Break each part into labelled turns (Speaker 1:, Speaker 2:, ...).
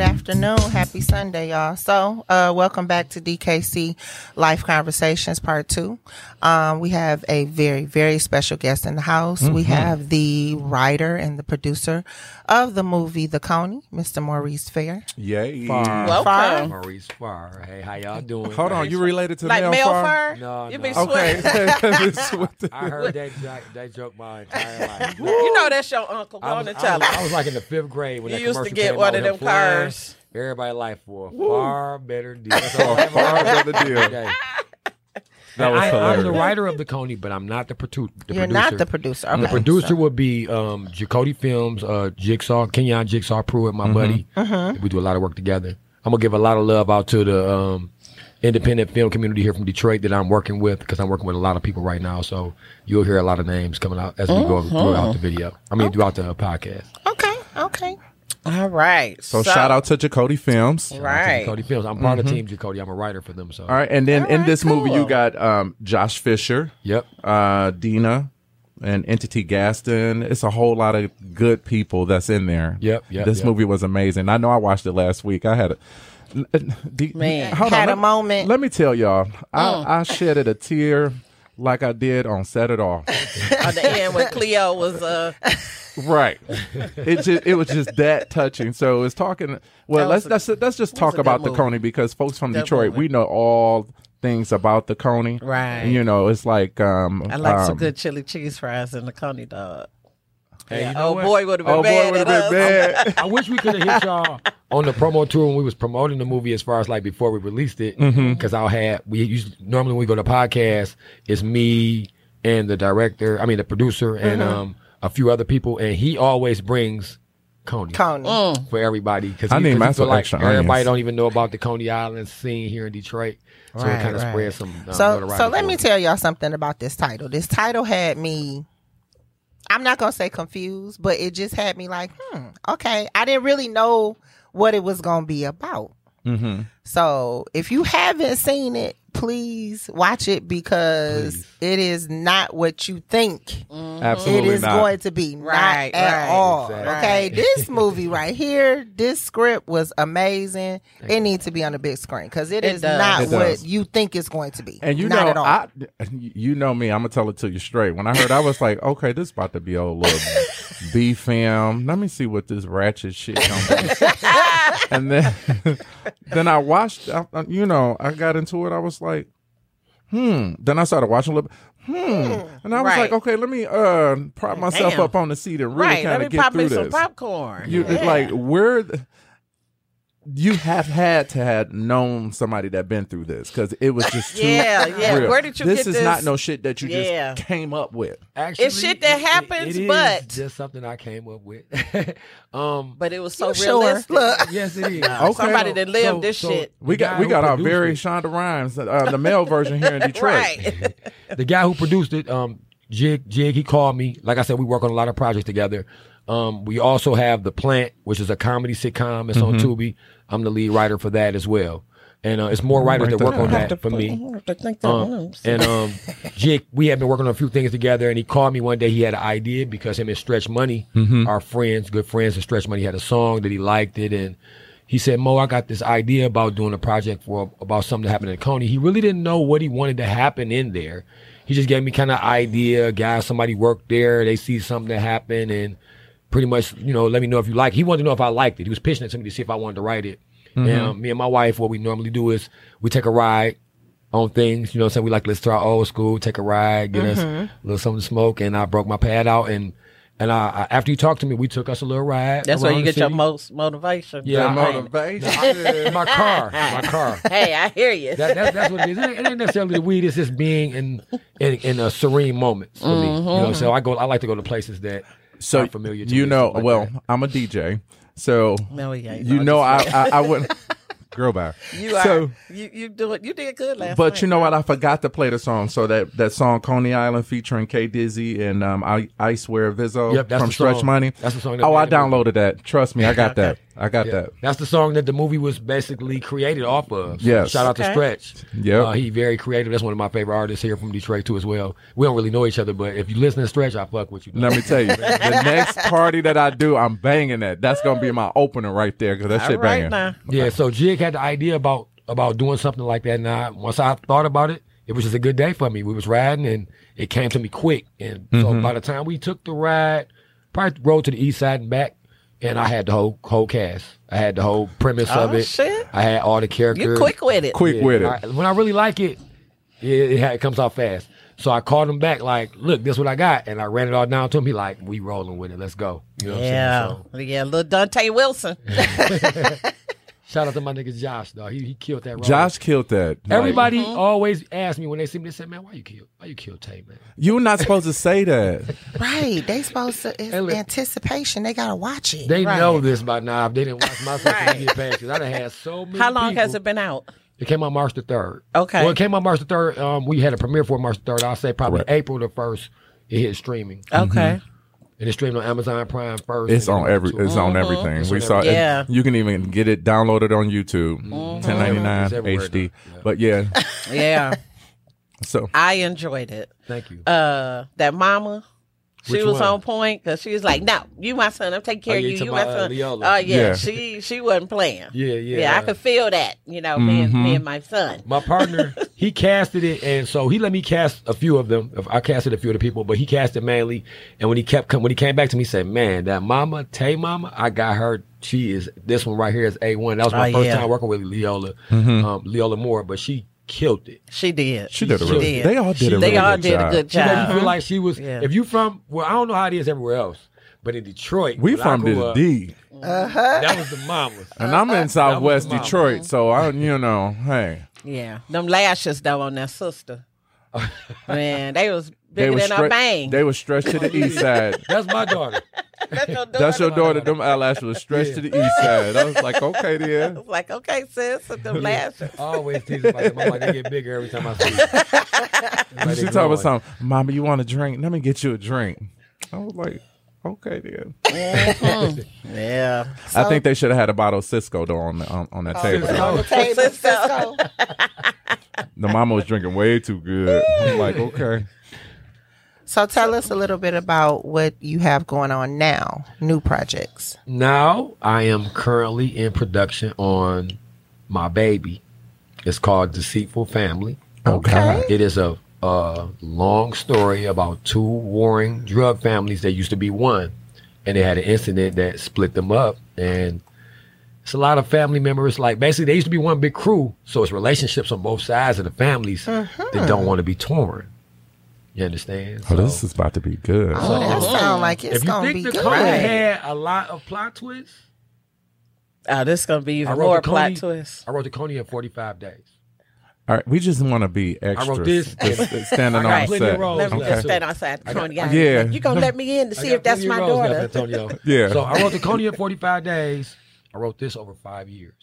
Speaker 1: afternoon. Happy Sunday, y'all. So, uh, welcome back to DKC Life Conversations Part 2. Um, we have a very, very special guest in the house. We
Speaker 2: Mm-hmm.
Speaker 1: have the writer and the producer of the movie The Coney, Mr. Maurice Fair.
Speaker 3: Yay.
Speaker 2: Far.
Speaker 4: Welcome.
Speaker 1: Far.
Speaker 2: Maurice Far. Hey, how y'all doing?
Speaker 3: Hold on, you related to
Speaker 4: Like
Speaker 3: Mel
Speaker 4: male
Speaker 3: Far?
Speaker 4: fur?
Speaker 2: No,
Speaker 4: you
Speaker 2: no.
Speaker 4: be sweating.
Speaker 3: Okay. It's with the-
Speaker 2: I heard that joke, that joke my entire life.
Speaker 4: You know Oh, that's your uncle. Go
Speaker 2: I,
Speaker 4: on
Speaker 2: was,
Speaker 4: and
Speaker 2: I,
Speaker 4: tell
Speaker 2: was, I
Speaker 4: him.
Speaker 2: was like in the fifth grade when
Speaker 4: You
Speaker 2: that
Speaker 4: used to
Speaker 2: commercial
Speaker 4: get
Speaker 2: came out
Speaker 4: one of
Speaker 2: with
Speaker 4: them
Speaker 2: flares.
Speaker 4: cars.
Speaker 2: Everybody like for a far better deal. That's all I
Speaker 3: Oh,
Speaker 2: ever heard
Speaker 3: Far better deal.
Speaker 2: today.
Speaker 3: That was
Speaker 2: I, I'm the
Speaker 3: hilarious.
Speaker 2: writer of the Coney, but I'm not the, produ- the
Speaker 1: You're
Speaker 2: producer.
Speaker 1: not the producer. Okay.
Speaker 2: The producer
Speaker 1: So-
Speaker 2: would be um, Jacody Films, uh, Jigsaw, Kenyon Jigsaw Pruitt,
Speaker 3: Mm-hmm.
Speaker 2: my buddy. We do a lot of work together. I'm gonna give a lot of love out to the um, independent film community here from Detroit that I'm working with because I'm working with a lot of people right now. So you'll hear a lot of names coming out as we go
Speaker 3: Mm-hmm.
Speaker 2: throughout the video. I mean, throughout the podcast.
Speaker 1: Okay, okay.
Speaker 4: All right.
Speaker 3: So, shout out to Jacody Films.
Speaker 4: Right.
Speaker 2: Jacody Films. I'm part of Team Jacody. I'm a writer for them. So
Speaker 3: Mm-hmm. All right, and then
Speaker 1: All
Speaker 3: in
Speaker 1: right,
Speaker 3: this movie
Speaker 1: cool.
Speaker 3: you got um, Josh Fisher,
Speaker 2: Yep.
Speaker 3: uh, Dina, and Entity Gaston. It's a whole lot of good people that's in there.
Speaker 2: Yep, yep,
Speaker 3: This
Speaker 2: yep.
Speaker 3: movie was amazing. I know I watched it last week. I had a D-
Speaker 4: Man,
Speaker 1: had
Speaker 3: let-
Speaker 1: a moment.
Speaker 3: Let me tell y'all, I, I shedded a tear like I did on Set It Off.
Speaker 4: on the end when Cleo was uh
Speaker 3: Right. it just it was just that touching. So it's talking. Well,
Speaker 4: That
Speaker 3: let's
Speaker 4: was
Speaker 3: let's let's just talk
Speaker 4: a good
Speaker 3: about the
Speaker 4: movie.
Speaker 3: Coney because folks from
Speaker 4: Good
Speaker 3: Detroit,
Speaker 4: movie.
Speaker 3: we know all things about the Coney.
Speaker 4: Right.
Speaker 3: You know, it's like um.
Speaker 4: I like
Speaker 3: um,
Speaker 4: some good chili cheese fries and the Coney dog.
Speaker 2: Hey, you know
Speaker 4: Oh
Speaker 2: what?
Speaker 4: boy would have been
Speaker 3: Oh boy,
Speaker 4: bad
Speaker 3: would have
Speaker 4: at
Speaker 3: been
Speaker 4: us.
Speaker 3: bad.
Speaker 2: I wish we could have hit y'all on the promo tour when we was promoting the movie as far as like before we released it. Because
Speaker 3: Mm-hmm.
Speaker 2: I'll have we usually normally when we go to podcast, it's me and the director, I mean the producer and
Speaker 3: Mm-hmm.
Speaker 2: um a few other people, and he always brings Coney
Speaker 1: Coney.
Speaker 2: for everybody because
Speaker 3: Mm. I need mine for
Speaker 2: like
Speaker 3: extra
Speaker 2: everybody
Speaker 3: onions.
Speaker 2: don't even know about the Coney Island scene here in Detroit, so it
Speaker 4: Right,
Speaker 2: kind of
Speaker 4: right.
Speaker 2: spreads some. Um,
Speaker 1: So,
Speaker 2: notoriety
Speaker 1: so let
Speaker 2: for
Speaker 1: me
Speaker 2: it.
Speaker 1: tell y'all something about this title. This title had me. I'm not gonna say confused, but it just had me like, hmm, okay. I didn't really know what it was gonna be about. So, if you haven't seen it, please watch it because
Speaker 2: Please.
Speaker 1: it is not what you think it
Speaker 3: Absolutely
Speaker 1: is
Speaker 3: not.
Speaker 1: going to be.
Speaker 4: Right,
Speaker 1: not at
Speaker 4: right.
Speaker 1: all.
Speaker 2: Exactly.
Speaker 1: Okay,
Speaker 2: Right.
Speaker 1: this movie right here, this script was amazing. It needs to be on the big screen because
Speaker 4: It
Speaker 1: it is
Speaker 4: does.
Speaker 1: not
Speaker 3: It
Speaker 1: what
Speaker 3: does.
Speaker 1: you think it's going to be.
Speaker 3: and you
Speaker 1: not
Speaker 3: know,
Speaker 1: at all.
Speaker 3: I you know me. I'm gonna tell it to you straight. When I heard, I was like, okay, this about to be old little B fam. Let me see what this ratchet shit gonna be. and then, then I watched. I, I- you know, I got into it. I was like, hmm. Then I started watching a little. bit. Hmm. And I was
Speaker 4: Right.
Speaker 3: like, okay, let me uh prop myself
Speaker 4: Damn.
Speaker 3: up on the seat and really
Speaker 4: Right. Let
Speaker 3: kind
Speaker 4: me
Speaker 3: of get
Speaker 4: pop
Speaker 3: through
Speaker 4: me
Speaker 3: this.
Speaker 4: some popcorn.
Speaker 3: You
Speaker 4: Yeah.
Speaker 3: like where the- you have had to have known somebody that been through this because it was just too
Speaker 4: Yeah, yeah.
Speaker 3: real.
Speaker 4: Where did you
Speaker 3: this
Speaker 4: get
Speaker 3: is
Speaker 4: this?
Speaker 3: not no shit that you
Speaker 4: Yeah.
Speaker 3: just came up with.
Speaker 2: Actually,
Speaker 4: shit that
Speaker 2: it-
Speaker 4: happens,
Speaker 2: it is
Speaker 4: but-
Speaker 2: just something I came up with. um,
Speaker 4: but it was so
Speaker 1: You sure?
Speaker 4: realistic.
Speaker 1: Look.
Speaker 2: yes, it is.
Speaker 3: Okay.
Speaker 4: Somebody that lived this shit.
Speaker 3: We
Speaker 2: the
Speaker 3: got
Speaker 2: guy
Speaker 3: we
Speaker 2: who
Speaker 3: got our
Speaker 2: produced
Speaker 3: very
Speaker 2: it-
Speaker 3: Shonda Rhimes, uh, the male version here in Detroit.
Speaker 4: Right.
Speaker 2: the guy who produced it, um, Jig, Jig, he called me. Like I said, we work on a lot of projects together. Um, we also have The Plant, which is a comedy sitcom. It's
Speaker 3: Mm-hmm.
Speaker 2: on Tubi. I'm the lead writer for that as well. And uh, it's more writers
Speaker 3: Write
Speaker 2: that work
Speaker 3: that
Speaker 2: on
Speaker 3: down.
Speaker 2: that for me.
Speaker 4: I think that
Speaker 2: Um, and um, Jake, we have been working on a few things together, and he called me one day. He had an idea because him and Stretch Money, our friends, good friends, and Stretch Money had a song that he liked it, and he said, "Mo, I got this idea about doing a project for about something that happened in Coney." He really didn't know what he wanted to happen in there. He just gave me kind of idea. Guys, somebody worked there, they see something that happened, and pretty much, you know, let me know if you like. He wanted to know if I liked it. He was pitching it to me to see if I wanted to write it. And um, me and my wife, what we normally do is we take a ride on things. You know what I'm saying? We like to listen to our old school, take a ride, get us
Speaker 4: Mm-hmm.
Speaker 2: a little something to smoke. And I broke my pad out. And and I, I- after you talked to me, we took us a little ride.
Speaker 4: That's where
Speaker 2: around
Speaker 4: you
Speaker 2: the
Speaker 4: get your
Speaker 2: city.
Speaker 4: most motivation.
Speaker 2: Yeah,
Speaker 4: Right.
Speaker 3: Motivation.
Speaker 2: my car. My car.
Speaker 4: Hey, I hear you.
Speaker 2: That, that, that's what it is. It ain't, it ain't necessarily the weed. It's just being in in, in a serene moments for me. You know,
Speaker 4: Mm-hmm.
Speaker 2: so I go. I like to go to places that
Speaker 3: so
Speaker 2: are familiar. To
Speaker 3: you
Speaker 2: me,
Speaker 3: know,
Speaker 2: stuff like
Speaker 3: well,
Speaker 2: that.
Speaker 3: I'm a DJ, so
Speaker 4: No, he ain't.
Speaker 3: you
Speaker 4: No,
Speaker 3: know I, I I wouldn't. Girl, back.
Speaker 4: You are.
Speaker 3: So,
Speaker 4: you you do it. You did good last
Speaker 3: But you
Speaker 4: night.
Speaker 3: know what? I forgot to play the song. So that, that song Coney Island featuring K Dizzy and um I Icewear Vizzo
Speaker 2: Yep, that's
Speaker 3: from
Speaker 2: the
Speaker 3: Stretch
Speaker 2: song.
Speaker 3: Money.
Speaker 2: That's the song that
Speaker 3: Oh, I
Speaker 2: made it.
Speaker 3: downloaded that. Trust me, I got that. I got
Speaker 2: Yeah.
Speaker 3: that.
Speaker 2: That's the song that the movie was basically created off of. So
Speaker 3: Yes.
Speaker 2: Shout out to
Speaker 4: Okay.
Speaker 2: Stretch.
Speaker 3: Yep.
Speaker 2: Uh, he very creative. That's one of my favorite artists here from Detroit too as well. We don't really know each other, but if you listen to Stretch, I fuck with you.
Speaker 3: Let me tell you, the next party that I do, I'm banging that. That's gonna be my opener right there because that
Speaker 4: All
Speaker 3: shit
Speaker 4: right
Speaker 3: banging.
Speaker 4: now.
Speaker 2: Yeah, so Jig had the idea about about doing something like that, and I, once I thought about it, it was just a good day for me. We was riding, and it came to me quick, and
Speaker 3: Mm-hmm.
Speaker 2: so by the time we took the ride, probably rode to the east side and back, and I had the whole whole cast, I had the whole premise of
Speaker 4: Oh,
Speaker 2: it,
Speaker 4: shit.
Speaker 2: I had all the characters.
Speaker 4: You quick with it.
Speaker 3: Quick
Speaker 2: Yeah,
Speaker 3: with it.
Speaker 2: I- when I really like it, it, it, ha- it comes out fast. So I called him back, like, look, this what I got, and I ran it all down to him. He like, we rolling with it, let's go. You know what I'm
Speaker 4: Yeah.
Speaker 2: saying? So,
Speaker 4: Yeah, little Dante Wilson.
Speaker 2: shout out to my nigga Josh, though. He, he killed that. role.
Speaker 3: Josh killed that. Like,
Speaker 2: Everybody
Speaker 4: Mm-hmm.
Speaker 2: always asked me when they see me, they said, Man, why you kill? Why you kill Tay, man?
Speaker 3: you're not supposed to say that.
Speaker 1: Right. They supposed to it's
Speaker 2: Hey, look.
Speaker 1: anticipation. They gotta watch it.
Speaker 2: They
Speaker 1: Right.
Speaker 2: know this by now. If they didn't watch my fucking get past because I done had so many.
Speaker 4: How long
Speaker 2: people-
Speaker 4: has it been out?
Speaker 2: It came out March the third.
Speaker 4: Okay.
Speaker 2: Well, it came out March the third. Um, we had a premiere for it March the third. I'll say probably
Speaker 3: Right.
Speaker 2: April the first. It hit streaming,
Speaker 4: Okay.
Speaker 3: Mm-hmm.
Speaker 2: and it streamed on Amazon Prime first.
Speaker 3: It's
Speaker 2: and
Speaker 3: on
Speaker 2: then
Speaker 3: every.
Speaker 2: to-
Speaker 3: It's on everything.
Speaker 2: It's
Speaker 3: we
Speaker 2: on
Speaker 3: saw it.
Speaker 4: Mm-hmm. everything. Mm-hmm. Yeah.
Speaker 3: You can even get it downloaded on YouTube. 1099
Speaker 2: It's everywhere,
Speaker 3: HD.
Speaker 2: though. Yeah.
Speaker 3: But yeah,
Speaker 4: Yeah.
Speaker 3: so
Speaker 4: I enjoyed it.
Speaker 2: Thank you.
Speaker 4: Uh, that mama. She
Speaker 2: Which
Speaker 4: was
Speaker 2: one?
Speaker 4: on point because she was like, "No, you my son. I'm taking care
Speaker 2: Oh,
Speaker 4: of
Speaker 2: yeah, you
Speaker 4: you. You
Speaker 2: talking
Speaker 4: my
Speaker 2: about, uh,
Speaker 4: son." Oh
Speaker 2: Leola.
Speaker 4: yeah,
Speaker 3: Yeah.
Speaker 4: she she wasn't playing.
Speaker 2: Yeah, yeah,
Speaker 4: yeah. I
Speaker 2: uh,
Speaker 4: could feel that. You know, me, and,
Speaker 3: Mm-hmm.
Speaker 4: me and my son.
Speaker 2: my partner, he casted it, and so he let me cast a few of them. I casted a few of the people, but he casted Manly. And when he kept com- when he came back to me, he said, "Man, that Mama Tay Mama, I got her. She is this one right here is a one. That was my
Speaker 4: Oh,
Speaker 2: first
Speaker 4: yeah.
Speaker 2: time working with Leola,
Speaker 3: Mm-hmm.
Speaker 2: um, Leola Moore, but she killed it.
Speaker 4: She did.
Speaker 3: she did a
Speaker 2: She
Speaker 3: really.
Speaker 4: did.
Speaker 3: They all did.
Speaker 2: She-
Speaker 3: a
Speaker 4: they
Speaker 3: really
Speaker 4: all
Speaker 3: good
Speaker 4: did
Speaker 3: job.
Speaker 4: a good
Speaker 2: She made you
Speaker 4: job.
Speaker 2: feel like she was.
Speaker 4: Yeah.
Speaker 2: If you from well, I don't know how it is everywhere else, but in Detroit,
Speaker 3: We
Speaker 2: when I
Speaker 3: from
Speaker 2: grew
Speaker 3: this
Speaker 2: up,
Speaker 3: D,
Speaker 2: That was the mamas.
Speaker 3: and I'm in Southwest
Speaker 2: mama.
Speaker 3: Detroit, so I, you know, hey,
Speaker 4: yeah, them lashes though on that sister. Man, they was
Speaker 3: they
Speaker 4: bigger
Speaker 3: were
Speaker 4: than a
Speaker 3: stre-
Speaker 4: bang.
Speaker 3: They were stretched to the east side.
Speaker 2: That's my daughter.
Speaker 4: That's your
Speaker 3: That's your
Speaker 4: daughter.
Speaker 3: daughter. Them eyelashes was stretched to the east side. I was like, okay, then.
Speaker 4: It's like, okay, sis, with them lashes.
Speaker 2: I always tease about them. I'm like, they get bigger every time I see them. Like, they
Speaker 3: She told me
Speaker 2: growing.
Speaker 3: something. Mama, you want a drink? Let me get you a drink. I was like, okay, then.
Speaker 4: Mm-hmm. Yeah.
Speaker 3: I think they should have had a bottle of Cisco though on on, on that
Speaker 4: Oh,
Speaker 3: table.
Speaker 1: On the table, Cisco.
Speaker 3: The mama was drinking way too good. I'm like, okay.
Speaker 1: So tell us a little bit about what you have going on now, new projects.
Speaker 2: Now I am currently in production on my baby. It's called Deceitful Family.
Speaker 3: Oh,
Speaker 1: Okay.
Speaker 2: It is a, a long story about two warring drug families that used to be one, and they had an incident that split them up. And it's a lot of family members. Like basically, they used to be one big crew, so it's relationships on both sides of the families
Speaker 1: Uh-huh.
Speaker 2: that don't want to be torn. You understand?
Speaker 3: Oh, this is about to be good.
Speaker 1: Oh, that
Speaker 4: Oh.
Speaker 1: sound like it's
Speaker 2: if you
Speaker 1: gonna
Speaker 2: think
Speaker 1: be
Speaker 2: the
Speaker 1: good.
Speaker 2: comic
Speaker 4: Right.
Speaker 2: had a lot of plot twists.
Speaker 4: Oh, this is gonna
Speaker 2: I
Speaker 4: be even
Speaker 2: wrote
Speaker 4: more
Speaker 2: the Coney-
Speaker 4: plot twist.
Speaker 2: I wrote the Coney in 45 days.
Speaker 3: All right, we just want to be extras.
Speaker 2: this.
Speaker 3: Just standing
Speaker 2: I got
Speaker 3: on
Speaker 2: plenty of
Speaker 3: set.
Speaker 2: roles
Speaker 4: Let me
Speaker 2: left.
Speaker 3: Okay.
Speaker 4: just stand outside the Coney. Island.
Speaker 3: Yeah.
Speaker 4: You gonna let me in to see
Speaker 2: I got
Speaker 4: if that's
Speaker 2: plenty
Speaker 4: my
Speaker 2: of roles left,
Speaker 4: daughter?
Speaker 2: Antonio.
Speaker 3: Yeah.
Speaker 2: So I wrote the Coney in 45 days. I wrote this over five years.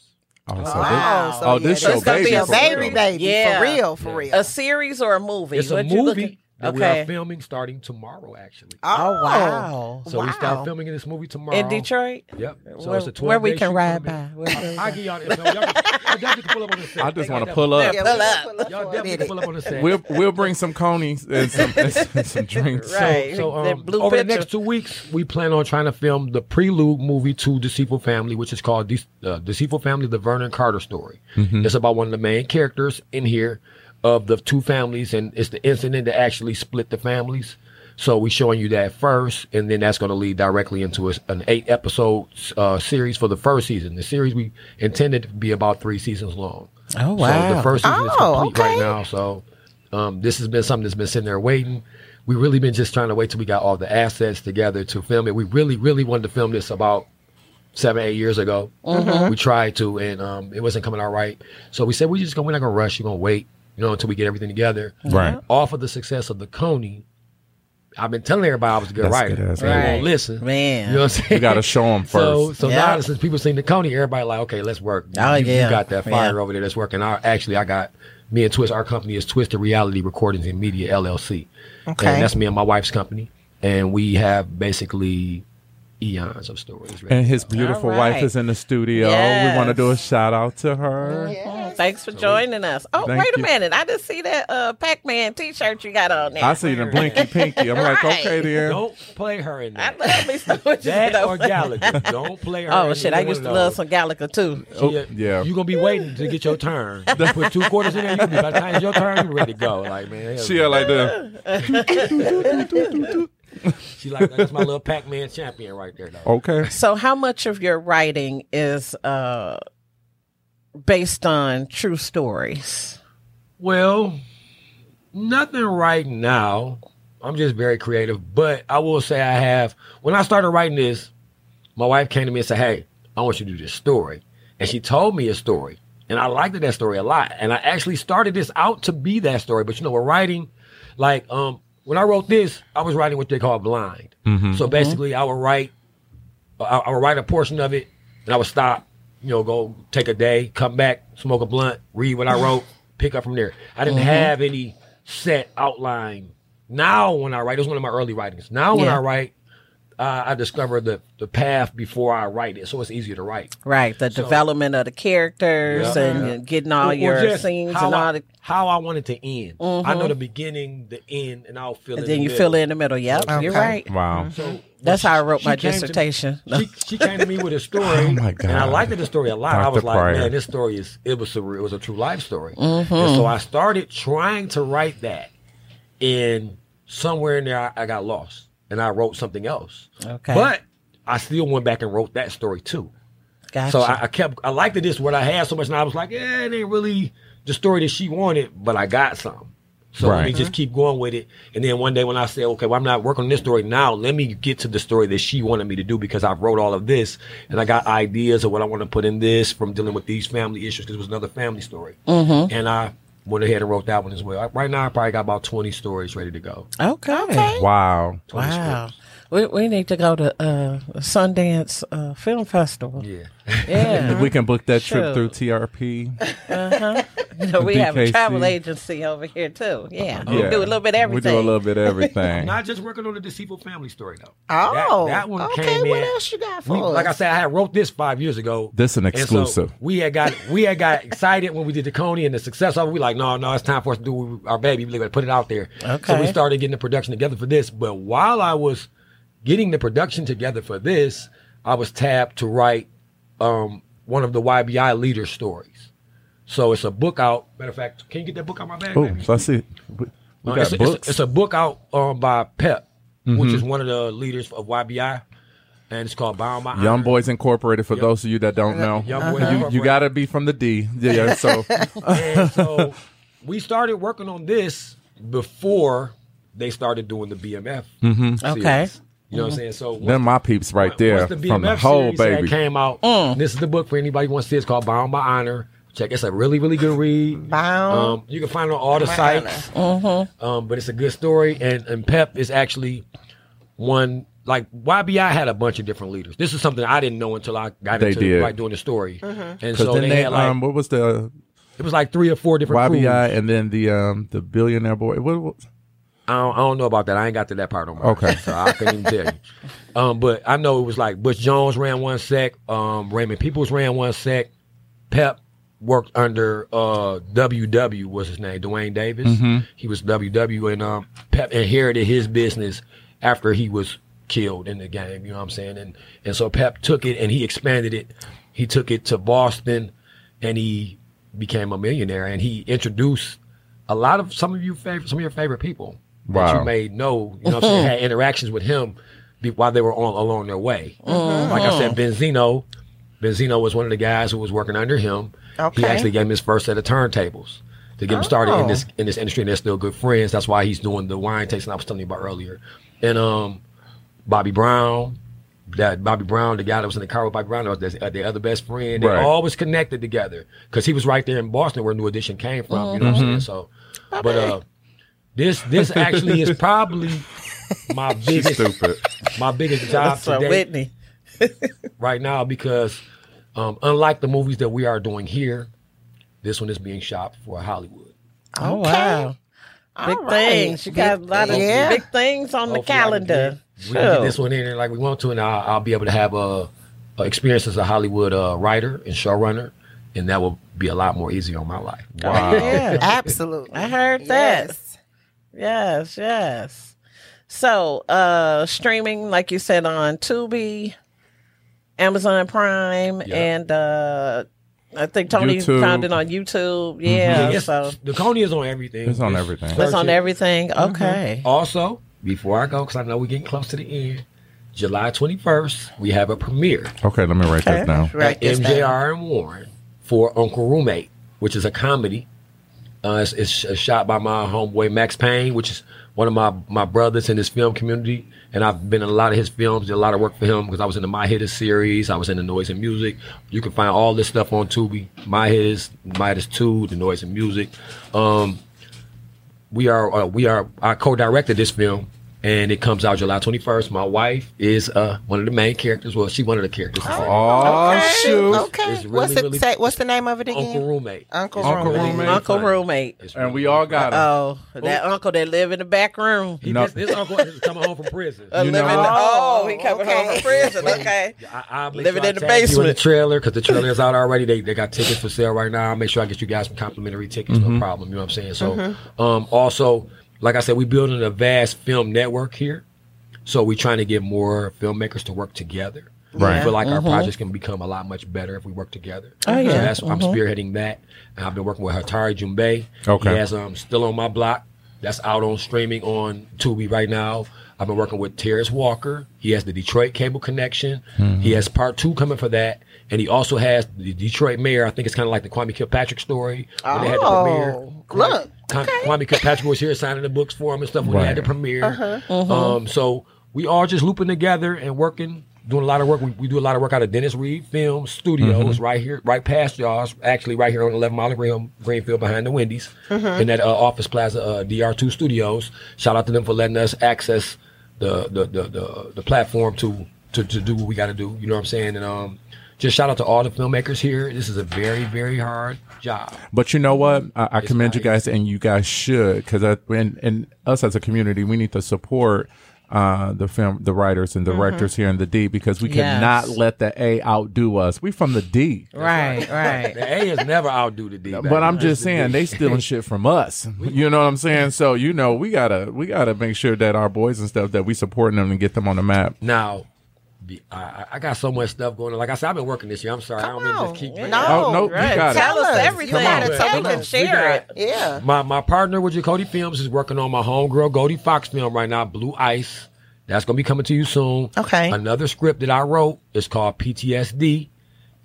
Speaker 3: Oh, so
Speaker 1: Wow.
Speaker 4: Oh,
Speaker 1: So,
Speaker 3: oh, this
Speaker 1: yeah,
Speaker 3: your
Speaker 1: that's gonna be
Speaker 3: baby
Speaker 1: a
Speaker 3: for
Speaker 1: baby
Speaker 3: real.
Speaker 1: baby
Speaker 4: Yeah.
Speaker 1: for real, for
Speaker 2: Yeah.
Speaker 1: real.
Speaker 4: A series or a movie?
Speaker 2: It's a
Speaker 4: What you
Speaker 2: movie
Speaker 4: looking-
Speaker 2: that we
Speaker 4: Okay.
Speaker 2: are filming starting tomorrow, actually.
Speaker 1: oh wow.
Speaker 2: So we start filming in this movie tomorrow.
Speaker 4: in Detroit,
Speaker 2: Yep. So
Speaker 4: where,
Speaker 2: it's a 12
Speaker 4: where we
Speaker 2: day
Speaker 4: can
Speaker 2: shoot
Speaker 4: ride
Speaker 2: coming.
Speaker 4: by. Where-
Speaker 2: I'll give y'all the info. Y'all, can- y'all can pull up on the set.
Speaker 3: I just
Speaker 2: Y'all
Speaker 3: want to
Speaker 2: definitely-
Speaker 3: pull up.
Speaker 1: Yeah,
Speaker 4: Pull up.
Speaker 1: pull up
Speaker 2: Y'all
Speaker 1: for a
Speaker 2: definitely
Speaker 1: minute.
Speaker 2: can pull up on the set.
Speaker 3: We'll we'll bring some conies and some and some, some drinks.
Speaker 4: Right.
Speaker 2: So
Speaker 4: That
Speaker 2: um,
Speaker 4: blue
Speaker 2: over the
Speaker 4: picture.
Speaker 2: next two weeks, we plan on trying to film the prelude movie to Deceitful Family, which is called De- uh, Deceitful Family: The Vernon Carter Story. It's about one of the main characters in here of the two families, and it's the incident that actually split the families. So we're showing you that first, and then that's going to lead directly into a, an eight-episode uh, series for the first season. The series we intended to be about three seasons long.
Speaker 4: Oh
Speaker 2: So the first season is
Speaker 1: Oh,
Speaker 2: complete
Speaker 1: okay.
Speaker 2: right now. So um, this has been something that's been sitting there waiting. We really been just trying to wait till we got all the assets together to film it. We really, really wanted to film this about seven, eight years ago.
Speaker 3: Mm-hmm.
Speaker 2: We tried to, and um, it wasn't coming out right. So we said we just gonna we're not gonna rush. We're gonna wait, you know, until we get everything together.
Speaker 3: Right.
Speaker 2: Off of the success of the Coney, I've been telling everybody I was a good
Speaker 3: That's
Speaker 2: writer.
Speaker 3: good ass
Speaker 2: They won't
Speaker 4: Right.
Speaker 2: listen,
Speaker 4: Man.
Speaker 2: You know what I'm saying?
Speaker 3: You got to show them
Speaker 2: So,
Speaker 3: first.
Speaker 2: so
Speaker 4: Yeah.
Speaker 2: now since people seen the Coney, everybody like, okay, let's work.
Speaker 4: Oh,
Speaker 2: you, you
Speaker 4: yeah.
Speaker 2: got that fire
Speaker 4: Yeah.
Speaker 2: over there that's working. I actually, I got me and Twist. Our company is Twisted Reality Recordings and Media LLC,
Speaker 1: Okay.
Speaker 2: and that's me and my wife's company. And we have basically eons of stories.
Speaker 3: And his beautiful wife
Speaker 4: right.
Speaker 3: is in the studio. We want to
Speaker 4: Yes.
Speaker 3: do a shout out to her.
Speaker 4: Thanks for joining us. Oh,
Speaker 3: Thank
Speaker 4: wait a
Speaker 3: you.
Speaker 4: minute. I just see that uh, Pac Man t shirt you got on there.
Speaker 3: I see the blinky pinky. I'm like,
Speaker 4: Right.
Speaker 3: okay, then.
Speaker 2: Don't play her in
Speaker 4: I
Speaker 2: that.
Speaker 4: love me some what you
Speaker 2: That
Speaker 4: know.
Speaker 2: or Gallagher. Don't play her.
Speaker 4: Oh,
Speaker 2: in
Speaker 4: shit.
Speaker 2: either
Speaker 4: I
Speaker 2: one
Speaker 4: used
Speaker 2: of
Speaker 4: to love
Speaker 2: those.
Speaker 4: some Gallagher too.
Speaker 3: Oh, yeah.
Speaker 2: You're gonna be waiting to get your turn. You put two quarters in there, you be by the time it's your turn, you ready to go. Like man, hell
Speaker 3: She
Speaker 2: no.
Speaker 3: like the
Speaker 2: she like that's my little Pac-Man champion right there. Though.
Speaker 3: okay.
Speaker 4: So, how much of your writing is uh, based on true stories?
Speaker 2: Well, nothing right now. I'm just very creative, but I will say I have. When I started writing this, my wife came to me and said, "Hey, I want you to do this story," and she told me a story, and I liked that story a lot. And I actually started this out to be that story. But you know, we're writing, like, um, when I wrote this, I was writing what they call blind. So basically, I would write I, I would write a portion of it, and I would stop, you know, go take a day, come back, smoke a blunt, read what I wrote, pick up from there. I didn't have any set outline. Now when I write, it was one of my early writings. Now when
Speaker 4: Yeah.
Speaker 2: I write, uh, I discover the the path before I write it, so it's easier to write.
Speaker 4: Right. The development of the characters
Speaker 2: Yeah.
Speaker 4: and getting all
Speaker 2: Or- or
Speaker 4: your
Speaker 2: just
Speaker 4: scenes
Speaker 2: how
Speaker 4: and
Speaker 2: I,
Speaker 4: all the. Mm-hmm.
Speaker 2: how I want it to end. I know the beginning, the end, and I'll fill.
Speaker 4: And
Speaker 2: in
Speaker 4: then
Speaker 2: the
Speaker 4: you
Speaker 2: middle.
Speaker 4: fill in the middle. Yep, you're
Speaker 1: Okay.
Speaker 4: right.
Speaker 3: Wow.
Speaker 2: So
Speaker 4: That's how I wrote
Speaker 2: she
Speaker 4: my
Speaker 2: came to-
Speaker 4: dissertation. Oh
Speaker 2: she, she came to me with a story,
Speaker 3: my
Speaker 2: and I
Speaker 3: God.
Speaker 2: liked the story a lot. I
Speaker 3: Dr.
Speaker 2: was like,
Speaker 3: Pryor.
Speaker 2: man, this story is it was surreal. It was a true life story,
Speaker 4: Mm-hmm.
Speaker 2: and so I started trying to write that, and somewhere in there I, I got lost, and I wrote something else.
Speaker 4: Okay.
Speaker 2: but I still went back and wrote that story too.
Speaker 4: Gotcha.
Speaker 2: So I, I kept I liked it this what I had so much, and I was like, yeah, it ain't really the story that she wanted, but I got some. So let me
Speaker 3: Right.
Speaker 2: just keep going with it. And then one day when I said, okay, well, I'm not working on this story now, let me get to the story that she wanted me to do because I wrote all of this and I got ideas of what I want to put in this from dealing with these family issues because it was another family story.
Speaker 4: Mm-hmm.
Speaker 2: And I went ahead and wrote that one as well. Right now, I probably got about 20 stories ready to go.
Speaker 4: okay.
Speaker 3: Wow.
Speaker 4: Wow. We, we need to go to uh, Sundance uh, Film Festival.
Speaker 2: Yeah.
Speaker 4: Yeah.
Speaker 3: We can book that trip
Speaker 4: Sure.
Speaker 3: through TRP.
Speaker 4: You know, we have a
Speaker 3: BKC.
Speaker 4: travel agency over here too. Yeah. We
Speaker 3: Yeah.
Speaker 4: do a little bit of everything.
Speaker 3: We do a little bit of everything.
Speaker 2: Not just working on the deceitful family story, though.
Speaker 1: Oh,
Speaker 2: that one
Speaker 1: okay.
Speaker 2: came
Speaker 1: what
Speaker 2: in-
Speaker 1: else you got for
Speaker 2: We,
Speaker 1: us?
Speaker 2: like I said, I had wrote this five years ago.
Speaker 3: This an
Speaker 2: And so
Speaker 3: exclusive.
Speaker 2: we had got we had got excited when we did the Coney and the success of it. We like, no, no, it's time for us to do our baby. We gotta put it out there. So we
Speaker 4: Okay.
Speaker 2: started getting the production together for this. But while I was getting the production together for this, I was tapped to write um, one of the YBI leader stories. So it's a book out. Matter of fact, can you get that book out my bag?
Speaker 3: Oh,
Speaker 2: baby?
Speaker 3: let's see. We we
Speaker 2: Uh,
Speaker 3: got
Speaker 2: it's, a- it's a-
Speaker 3: books. Mm-hmm.
Speaker 2: it's a book out um, by Pep, which is one of the leaders of YBI, and it's called Bound by
Speaker 3: Young
Speaker 2: Iron.
Speaker 3: Boys Incorporated. For those of you that don't know,
Speaker 2: Young Boys
Speaker 3: you, you
Speaker 2: Incorporated.
Speaker 3: got to be from the D. Yeah. yeah, So
Speaker 2: and so we started working on this before they started doing the BMF.
Speaker 3: Mm-hmm.
Speaker 2: series.
Speaker 4: Okay.
Speaker 2: You know what I'm saying? So once-
Speaker 3: them my peeps right there
Speaker 2: once the
Speaker 3: from the
Speaker 2: BMF
Speaker 3: whole
Speaker 2: series
Speaker 3: baby.
Speaker 2: that came out, this is the book for anybody who wants to see. it. It's called Bound by Honor. Check. It's a really, really good read.
Speaker 1: Bound
Speaker 2: Um, you can find it on all the sites. Um, but it's a good story, and and Pep is actually one like YBI had a bunch of different leaders. This is something I didn't know until I got
Speaker 3: They
Speaker 2: into
Speaker 3: did.
Speaker 2: like doing the story, and
Speaker 3: Because
Speaker 2: so
Speaker 3: then
Speaker 2: they,
Speaker 3: they,
Speaker 2: had like
Speaker 3: um, what was the
Speaker 2: it was like three or four different crews.
Speaker 3: YBI and then the um the billionaire boy. What, what-
Speaker 2: I don't, I don't know about that. I ain't got to that part on my
Speaker 3: Okay.
Speaker 2: so I couldn't even tell you. Um, but I know it was like Butch Jones ran one sec, um, Raymond Peoples ran one sec, Pep worked under uh, WW was his name, Dwayne Davis. He was WW, and um, Pep inherited his business after he was killed in the game. You know what I'm saying? And and so Pep took it and he expanded it. He took it to Boston, and he became a millionaire. And he introduced a lot of some of you favorite some of your favorite people that
Speaker 3: Wow.
Speaker 2: you may know. You know, what I'm saying, had interactions with him be, while they were on along their way. Like I said, Benzino. Benzino was one of the guys who was working under him.
Speaker 1: Okay.
Speaker 2: He actually gave him his first set of turntables to get him started in this in this industry, and they're still good friends. That's why he's doing the wine tasting I was telling you about earlier. And um, Bobby Brown, that Bobby Brown, the guy that was in the car with Bobby Brown, that was their, their other best friend. They
Speaker 3: Right.
Speaker 2: all was connected together because he was right there in Boston where New Edition came from. You know
Speaker 3: Mm-hmm.
Speaker 2: what I'm saying? So, but uh, this this actually is probably my biggest
Speaker 3: stupid.
Speaker 2: my biggest job
Speaker 4: That's from
Speaker 2: today
Speaker 4: Whitney.
Speaker 2: right now because um, unlike the movies that we are doing here, this one is being shot for Hollywood.
Speaker 4: Oh wow. Big
Speaker 1: All right.
Speaker 4: things. You got a lot of
Speaker 1: Yeah.
Speaker 4: big things on the
Speaker 2: Hopefully I can
Speaker 4: calendar.
Speaker 2: get we can get this one in there like we want to, and I'll, I'll be able to have uh, uh, experience as a Hollywood uh, writer and showrunner, and that will be a lot more easy on my life.
Speaker 3: Wow.
Speaker 4: Yeah.
Speaker 1: Absolutely.
Speaker 4: I heard that. Yes, yes. So, uh streaming, like you said, on Tubi, Amazon Prime,
Speaker 2: Yeah.
Speaker 4: and uh I think Tony
Speaker 3: YouTube.
Speaker 4: found it on YouTube. Yeah,
Speaker 2: Yes,
Speaker 4: so
Speaker 2: the Coney is on everything.
Speaker 3: It's on
Speaker 2: Just
Speaker 3: everything.
Speaker 2: search
Speaker 4: it's on
Speaker 2: it.
Speaker 4: everything.
Speaker 3: Mm-hmm.
Speaker 4: Okay.
Speaker 2: Also, before I go, because I know we're getting close to the end, July 21st, we have a premiere
Speaker 3: Okay, let me write that down.
Speaker 1: Right.
Speaker 2: at MJR and Warren for Uncle Roommate, which is a comedy. Uh, it's, it's sh- shot by my homeboy Max Payne, which is one of my, my brothers in this film community. And I've been in a lot of his films, did a lot of work for him because I was in the My Hitters series, I was in the Noise and Music. You can find all this stuff on Tubi My Hitters, My Hitters 2, The Noise and Music. Um, we are uh, we are I co-directed this film and it comes out July 21st. My wife is uh, one of the main characters. Well, she one of the characters. It's
Speaker 3: Oh
Speaker 1: okay.
Speaker 3: shoot!
Speaker 1: Okay.
Speaker 2: It's
Speaker 1: what's
Speaker 2: really,
Speaker 1: it
Speaker 2: really-
Speaker 1: say? What's the name of it again?
Speaker 2: Uncle Roommate.
Speaker 1: Uncle
Speaker 2: It's
Speaker 3: Uncle
Speaker 2: really,
Speaker 3: Roommate.
Speaker 2: really
Speaker 4: Uncle
Speaker 2: funny.
Speaker 4: Roommate.
Speaker 2: It's
Speaker 3: And
Speaker 2: really
Speaker 3: we all
Speaker 2: funny.
Speaker 3: got it.
Speaker 4: Oh, that uncle that live in the back room.
Speaker 2: He
Speaker 3: No.
Speaker 2: just, this uncle is coming home from prison.
Speaker 4: Uh,
Speaker 3: You
Speaker 4: living
Speaker 3: know-
Speaker 4: in the, oh, he coming
Speaker 1: Okay.
Speaker 4: home from prison. Okay.
Speaker 2: I, I'll make
Speaker 4: living
Speaker 2: sure I
Speaker 4: in the
Speaker 2: tag you in the
Speaker 4: basement.
Speaker 2: trailer because the trailer is out already. They, they got tickets for sale right now. I'll make sure I get you guys some complimentary tickets.
Speaker 3: Mm-hmm.
Speaker 2: No problem. You know what I'm saying? So,
Speaker 4: Mm-hmm.
Speaker 2: um, also, like I said, we're building a vast film network here. So we're trying to get more filmmakers to work together.
Speaker 3: Right.
Speaker 2: I feel like our projects can become a lot much better if we work together. Oh,
Speaker 4: yeah.
Speaker 2: So that's I'm spearheading that. And I've been working with Hatari Jumbe.
Speaker 3: Okay.
Speaker 2: He has um still on my block. That's out on streaming on Tubi right now. I've been working with Terrence Walker. He has the Detroit cable connection.
Speaker 3: Mm-hmm.
Speaker 2: He has part two coming for that. And he also has the Detroit mayor. I think it's kind of like the Kwame Kilpatrick story. When they had the
Speaker 1: Oh,
Speaker 2: premiere.
Speaker 1: look,
Speaker 2: Kwame, Kwame Kilpatrick was here signing the books for him and stuff when he had the
Speaker 3: Right.
Speaker 2: premiere. Um, so we all just looping together and working, doing a lot of work. We, we do a lot of work out of Dennis Reed Film Studios right here, right past y'all. It's Actually, right here on 11 Mile Green, Greenfield behind the Wendy's in that uh, Office Plaza uh, DR2 Studios. Shout out to them for letting us access the the the, the, the platform to, to to do what we got to do. You know what I'm saying? And um, just shout out to all the filmmakers here. This is a very very hard job.
Speaker 3: But you know what?
Speaker 4: Mm-hmm.
Speaker 3: I, I commend you
Speaker 2: not
Speaker 3: guys, and you guys should, because and and us as a community, we need to support uh the film the writers and directors here in the d because we cannot
Speaker 4: Mm-hmm. Yes.
Speaker 3: let the a outdo us we from the d
Speaker 4: Right, right.
Speaker 2: The A is never outdo the D.
Speaker 3: but i'm just saying they stealing shit from us you know what i'm saying so you know we gotta we gotta make sure that our boys and stuff that we supporting them and get them on the map
Speaker 2: Now, be- I- I, I got so much stuff going on. Like I said, I've been working this year. I'm sorry, I don't mean to just keep.
Speaker 1: No,
Speaker 3: Oh, no, you
Speaker 4: right.
Speaker 3: got it.
Speaker 4: tell us everything.
Speaker 3: Come on.
Speaker 4: Tell us.
Speaker 1: Come
Speaker 4: We
Speaker 1: on.
Speaker 4: can share it.
Speaker 1: Yeah.
Speaker 2: My my partner with Jacody Films is working on my homegirl Goldie Fox film right now, Blue Ice. That's gonna be coming to you soon.
Speaker 1: Okay.
Speaker 2: Another script that I wrote is called PTSD,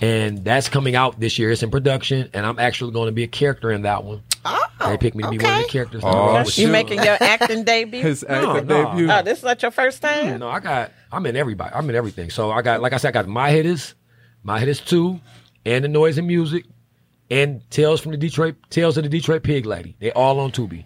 Speaker 2: and that's coming out this year. It's in production, and I'm actually going to be a character in that one.
Speaker 1: Oh,
Speaker 2: They picked me to be one of
Speaker 1: okay.
Speaker 2: the characters.
Speaker 3: Oh,
Speaker 4: You
Speaker 3: Shoot.
Speaker 4: making your acting debut?
Speaker 3: his acting
Speaker 2: no.
Speaker 3: debut
Speaker 4: oh, this is not your first time.
Speaker 2: No, I got. I'm in everybody. I'm in everything. So I got, like I said, I got my hitters, my hitters two, and the noise and music, and tales from the Detroit, tales of the Detroit Pig Lady. They all on Tubi.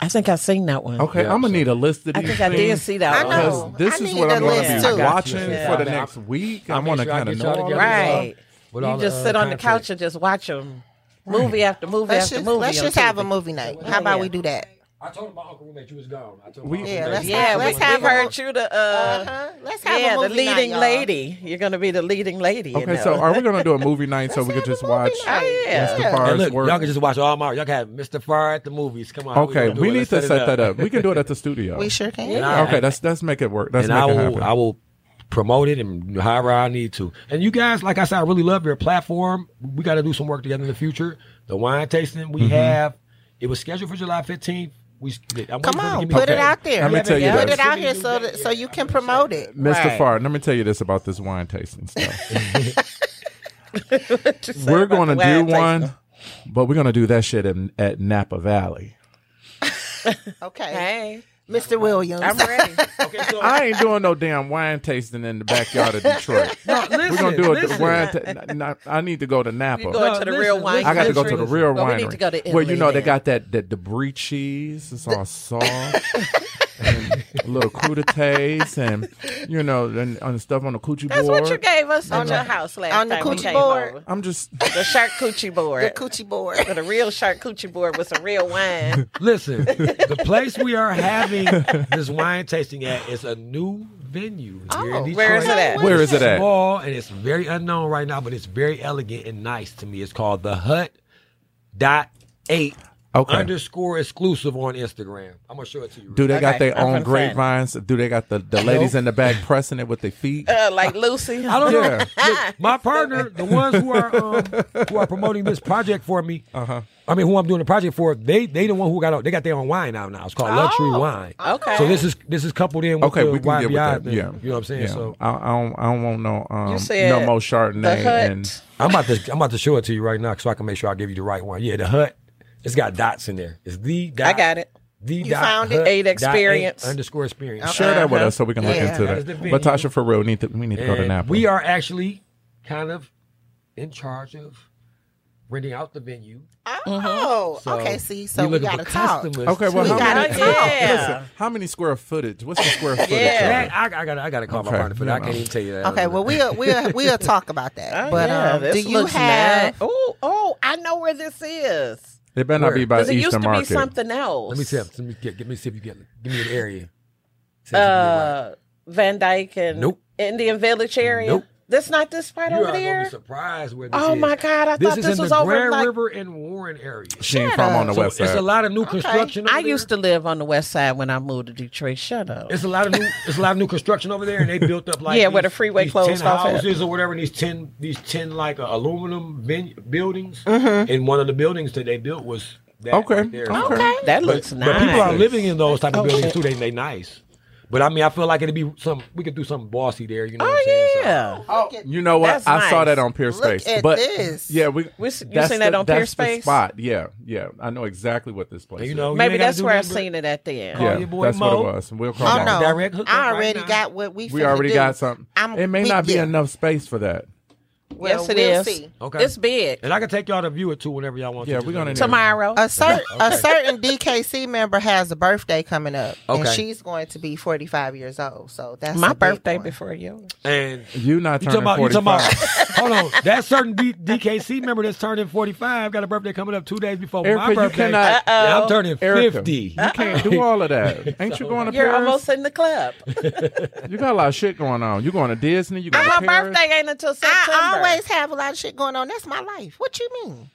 Speaker 4: I think I've seen that one.
Speaker 3: okay
Speaker 2: Yeah,
Speaker 3: i'm gonna
Speaker 2: so-
Speaker 3: need a list of
Speaker 4: I
Speaker 3: these
Speaker 4: think I did
Speaker 3: things.
Speaker 4: see that
Speaker 1: I
Speaker 4: one.
Speaker 1: know.
Speaker 3: Because this
Speaker 1: I
Speaker 3: is
Speaker 1: need
Speaker 3: what
Speaker 1: a
Speaker 3: I'm going
Speaker 1: list,
Speaker 3: to be
Speaker 1: too.
Speaker 3: watching
Speaker 2: Yeah.
Speaker 3: for the
Speaker 2: Yeah.
Speaker 3: next week. I
Speaker 2: I'll make
Speaker 3: want to
Speaker 2: sure I
Speaker 3: kind of
Speaker 2: get y'all
Speaker 3: know. all
Speaker 2: together.
Speaker 3: that.
Speaker 4: Right.
Speaker 2: With all
Speaker 4: You
Speaker 2: the,
Speaker 4: just
Speaker 2: uh,
Speaker 4: sit on the
Speaker 2: content.
Speaker 4: couch and just watch them. Movie after movie
Speaker 1: Let's
Speaker 4: after
Speaker 1: just,
Speaker 4: movie.
Speaker 1: let's
Speaker 4: on
Speaker 1: just have
Speaker 4: TV.
Speaker 1: a movie night. How about we do that?
Speaker 2: I told my uncle roommate you was gone. I told
Speaker 3: We-
Speaker 2: my
Speaker 3: Yeah,
Speaker 2: uncle
Speaker 3: let's
Speaker 2: roommate
Speaker 4: Yeah,
Speaker 2: you
Speaker 1: have-
Speaker 4: we
Speaker 2: was
Speaker 1: let's
Speaker 2: gone.
Speaker 1: have a-
Speaker 4: heard you the uh,
Speaker 1: Uh-huh. Let's have
Speaker 4: yeah,
Speaker 1: a movie
Speaker 4: the leading
Speaker 1: night, y'all.
Speaker 4: lady. You're gonna be the leading lady. in
Speaker 3: Okay,
Speaker 4: that
Speaker 3: so
Speaker 4: one.
Speaker 3: are we going to do a movie night so we could just watch
Speaker 1: night.
Speaker 4: Oh, yeah.
Speaker 3: Mr.
Speaker 1: Yeah.
Speaker 3: Farr's
Speaker 2: And look,
Speaker 3: work?
Speaker 2: y'all can just watch all my. Y'all can have Mr. Far at the movies. Come on.
Speaker 3: okay,
Speaker 2: gonna do
Speaker 3: we
Speaker 2: it.
Speaker 3: need
Speaker 2: Let's
Speaker 3: to set
Speaker 2: it
Speaker 3: that up. We can do it at the studio.
Speaker 1: We sure can.
Speaker 2: And I-
Speaker 3: Okay, that's that's make it work. That's
Speaker 2: and I
Speaker 3: make it
Speaker 2: will I
Speaker 3: happen.
Speaker 2: will promote it and however I need to. And you guys, like I said, I really love your platform. We got to do some work together in the future. The wine tasting
Speaker 3: Mm-hmm.
Speaker 2: we have, it was scheduled for July fifteenth. We I'm
Speaker 1: Come
Speaker 2: waiting for them to
Speaker 1: on,
Speaker 2: give me-
Speaker 1: put it
Speaker 3: Okay.
Speaker 1: out there.
Speaker 3: Let me tell you
Speaker 1: put
Speaker 3: this.
Speaker 1: it out here so that, so you can promote it.
Speaker 3: Mr.
Speaker 4: Right.
Speaker 3: Farr, let me tell you this about this wine tasting stuff. we're going to
Speaker 4: the wine
Speaker 3: do
Speaker 4: tasting.
Speaker 3: one, but we're going to do that shit in, at Napa Valley.
Speaker 1: Okay,
Speaker 4: Hey,
Speaker 1: Mr. Williams.
Speaker 4: I'm ready.
Speaker 2: Okay, so
Speaker 3: I ain't doing no damn wine tasting in the backyard of Detroit. we're going to do it. Wine ta- n- n- I need to go to Napa.
Speaker 4: You're going
Speaker 2: No,
Speaker 4: to the
Speaker 2: listen,
Speaker 4: real
Speaker 2: listen.
Speaker 4: wine.
Speaker 3: I got to go to the
Speaker 2: Listen,
Speaker 3: real
Speaker 4: but
Speaker 3: winery.
Speaker 4: we need to go to
Speaker 3: Well, you
Speaker 4: Italy
Speaker 3: know they
Speaker 4: then.
Speaker 3: got that that the brie cheese. It's all soft. and a little crudités and you know and, and stuff on the coochie
Speaker 4: That's
Speaker 3: board.
Speaker 4: what you gave us on your house last
Speaker 1: On the
Speaker 4: time we
Speaker 1: coochie
Speaker 4: came
Speaker 1: board.
Speaker 4: over.
Speaker 3: I'm just
Speaker 4: The shark coochie board.
Speaker 1: the coochie board.
Speaker 4: With a real shark coochie board with some real wine.
Speaker 2: Listen, the place we are having this wine tasting at is a new venue here
Speaker 1: Oh,
Speaker 2: in Detroit.
Speaker 4: where is it at?
Speaker 3: Where is it at?
Speaker 2: Small and it's very unknown right now, but it's very elegant and nice to me. It's called the Hut Dot Eight
Speaker 3: Okay.
Speaker 2: underscore exclusive on Instagram. I'm gonna show it to you.
Speaker 3: Do they got
Speaker 4: Okay,
Speaker 3: their
Speaker 4: I'm
Speaker 3: own
Speaker 4: from Flint.
Speaker 3: grapevines? Do they got the, the ladies in the back pressing it with their feet?
Speaker 4: Uh, like Lucy.
Speaker 2: I don't
Speaker 3: Yeah.
Speaker 2: know. Look, my partner, the ones who are um, who are promoting this project for me.
Speaker 3: Uh-huh.
Speaker 2: I mean, who I'm doing the project for? They they the one who got they got their own wine out now. It's called luxury
Speaker 4: Oh,
Speaker 2: wine.
Speaker 4: okay.
Speaker 2: So this is this is coupled in with
Speaker 3: Okay,
Speaker 2: the
Speaker 3: we can
Speaker 2: YBI
Speaker 3: get with that.
Speaker 2: thing.
Speaker 3: Yeah,
Speaker 2: You know what I'm saying?
Speaker 3: Yeah.
Speaker 2: So
Speaker 3: I, I don't. I don't want no. Um,
Speaker 4: You said
Speaker 3: no more
Speaker 4: the
Speaker 3: Chardonnay.
Speaker 4: hut.
Speaker 3: And
Speaker 2: I'm about to I'm about to show it to you right now so I can make sure I give you the right one. Yeah, the hut. It's got dots in there. It's the dot.
Speaker 4: I got it.
Speaker 2: The
Speaker 1: You
Speaker 2: dot
Speaker 1: found it?
Speaker 2: hut
Speaker 4: Eight
Speaker 2: dot
Speaker 4: experience.
Speaker 2: eight underscore experience.
Speaker 3: share that with
Speaker 4: Uh-huh.
Speaker 3: us so we can look
Speaker 1: Yeah.
Speaker 3: into
Speaker 2: That is the
Speaker 3: that. But
Speaker 2: venue.
Speaker 3: Tasha, for real, we need to we need to go to
Speaker 2: And
Speaker 3: Napa.
Speaker 2: we are actually kind of in charge of renting out the venue.
Speaker 1: Oh, okay. See, so
Speaker 2: we're
Speaker 1: we
Speaker 2: looking
Speaker 1: gotta
Speaker 2: for
Speaker 1: talk.
Speaker 2: customers
Speaker 3: Okay, well,
Speaker 1: We
Speaker 3: how
Speaker 1: gotta
Speaker 3: many,
Speaker 4: talk.
Speaker 3: listen, how many square footage? What's the square footage?
Speaker 4: Yeah.
Speaker 3: of
Speaker 2: That- I, I gotta, I gotta call my
Speaker 3: Okay.
Speaker 2: partner for that. I can't
Speaker 3: Yeah.
Speaker 2: even tell you that.
Speaker 1: Okay, well we'll we'll we'll talk about that.
Speaker 4: Oh,
Speaker 1: but
Speaker 4: yeah,
Speaker 1: um, do
Speaker 4: this
Speaker 1: you
Speaker 4: looks
Speaker 1: have?
Speaker 4: mad. Oh, oh, I know where this is.
Speaker 3: it? It better not be by
Speaker 4: Because
Speaker 3: Eastern
Speaker 4: it used to
Speaker 3: Market.
Speaker 4: be something else.
Speaker 2: let me see. Let me get, let me see if you get. Give me an area. See if you get
Speaker 4: Uh, Van Dyke and
Speaker 2: Nope.
Speaker 4: Indian Village area.
Speaker 2: Nope.
Speaker 4: That's not this part
Speaker 2: right. you
Speaker 4: over
Speaker 2: are gonna
Speaker 4: there.
Speaker 2: be surprised where this
Speaker 4: Oh
Speaker 2: is.
Speaker 4: my God! I
Speaker 2: This
Speaker 4: thought
Speaker 2: is
Speaker 4: this
Speaker 2: in
Speaker 4: was
Speaker 2: the
Speaker 4: over
Speaker 2: Grand
Speaker 4: like.
Speaker 2: River and Warren area.
Speaker 3: She ain't
Speaker 1: Shut
Speaker 3: from
Speaker 1: up.
Speaker 3: on the
Speaker 1: So
Speaker 3: west
Speaker 2: It's a
Speaker 3: side.
Speaker 2: lot of new
Speaker 4: Okay.
Speaker 2: construction. Over
Speaker 4: I
Speaker 2: there.
Speaker 4: used to live on the west side when I moved to Detroit. Shut up.
Speaker 2: It's a lot of new. It's a lot of new construction over there, and they built up like
Speaker 4: Yeah, where
Speaker 2: these-
Speaker 4: the freeway
Speaker 2: these
Speaker 4: closed
Speaker 2: ten
Speaker 4: off at.
Speaker 2: houses or whatever. and These ten, these ten like uh, aluminum ben- buildings,
Speaker 4: Mm-hmm.
Speaker 2: and one of the buildings that they built was that
Speaker 3: Okay.
Speaker 2: right there.
Speaker 3: Okay.
Speaker 4: that looks nice.
Speaker 2: But people are living in those type of
Speaker 4: Oh,
Speaker 2: buildings
Speaker 4: shit.
Speaker 2: too. They they nice. But I mean, I feel like it'd be some. We could do something bossy there. You know? what I'm
Speaker 4: oh
Speaker 2: saying? So-
Speaker 4: yeah.
Speaker 1: Oh, look at-
Speaker 3: You know what?
Speaker 4: That's
Speaker 3: I saw
Speaker 4: nice.
Speaker 3: that on Peer
Speaker 1: Look
Speaker 3: Space.
Speaker 1: at
Speaker 3: but
Speaker 1: this.
Speaker 3: yeah, we.
Speaker 4: We s- you
Speaker 3: that's
Speaker 4: seen
Speaker 3: the-
Speaker 4: that on Peer
Speaker 3: that's the
Speaker 4: Space?
Speaker 3: Spot. Yeah, yeah. I know exactly what this place.
Speaker 2: And, you
Speaker 3: is.
Speaker 2: know, you
Speaker 4: Maybe
Speaker 2: ain't gotta
Speaker 4: that's
Speaker 2: do
Speaker 4: where I
Speaker 2: nothing but-
Speaker 4: seen it at the end.
Speaker 2: Call
Speaker 3: Yeah,
Speaker 2: your boy
Speaker 3: that's
Speaker 2: Mo.
Speaker 3: what it was. We'll call
Speaker 1: Oh
Speaker 3: Mo.
Speaker 1: no!
Speaker 2: Direct hookup
Speaker 1: I
Speaker 2: right
Speaker 1: already
Speaker 2: now.
Speaker 1: got what we.
Speaker 3: We
Speaker 1: finna
Speaker 3: already
Speaker 1: do.
Speaker 3: got something.
Speaker 1: I'm-
Speaker 3: It may
Speaker 1: we-
Speaker 3: not be
Speaker 1: yeah.
Speaker 3: enough space for that.
Speaker 1: Well,
Speaker 4: yes, it
Speaker 1: we'll
Speaker 4: is.
Speaker 1: see.
Speaker 2: Okay.
Speaker 4: It's big.
Speaker 2: And I can take y'all to view it too whenever y'all want.
Speaker 3: Yeah,
Speaker 2: to
Speaker 3: we're gonna need-
Speaker 4: Tomorrow.
Speaker 1: A certain a certain DKC member has a birthday coming up, and
Speaker 2: Okay.
Speaker 1: she's going to be 45 years old. So that's
Speaker 4: My
Speaker 1: a big
Speaker 4: birthday
Speaker 1: one.
Speaker 4: before yours.
Speaker 2: And
Speaker 3: You not
Speaker 2: You
Speaker 3: turning
Speaker 2: talking about? You
Speaker 3: forty
Speaker 2: talking about?
Speaker 3: five.
Speaker 2: hold on, that certain D- DKC member that's turning forty five got a birthday coming up two days before
Speaker 3: Erica,
Speaker 2: my
Speaker 3: you
Speaker 2: birthday.
Speaker 3: cannot-
Speaker 2: Yeah, I'm turning
Speaker 3: Erica,
Speaker 2: fifty.
Speaker 4: Uh,
Speaker 3: You can't do all of that. Ain't you going to
Speaker 4: You're
Speaker 3: Paris?
Speaker 4: almost in the club.
Speaker 3: You got a lot of shit going on. You going to Disney? You going
Speaker 4: My
Speaker 3: to Paris?
Speaker 4: birthday ain't until September.
Speaker 1: I always have a lot of shit going on. That's my life. What you mean?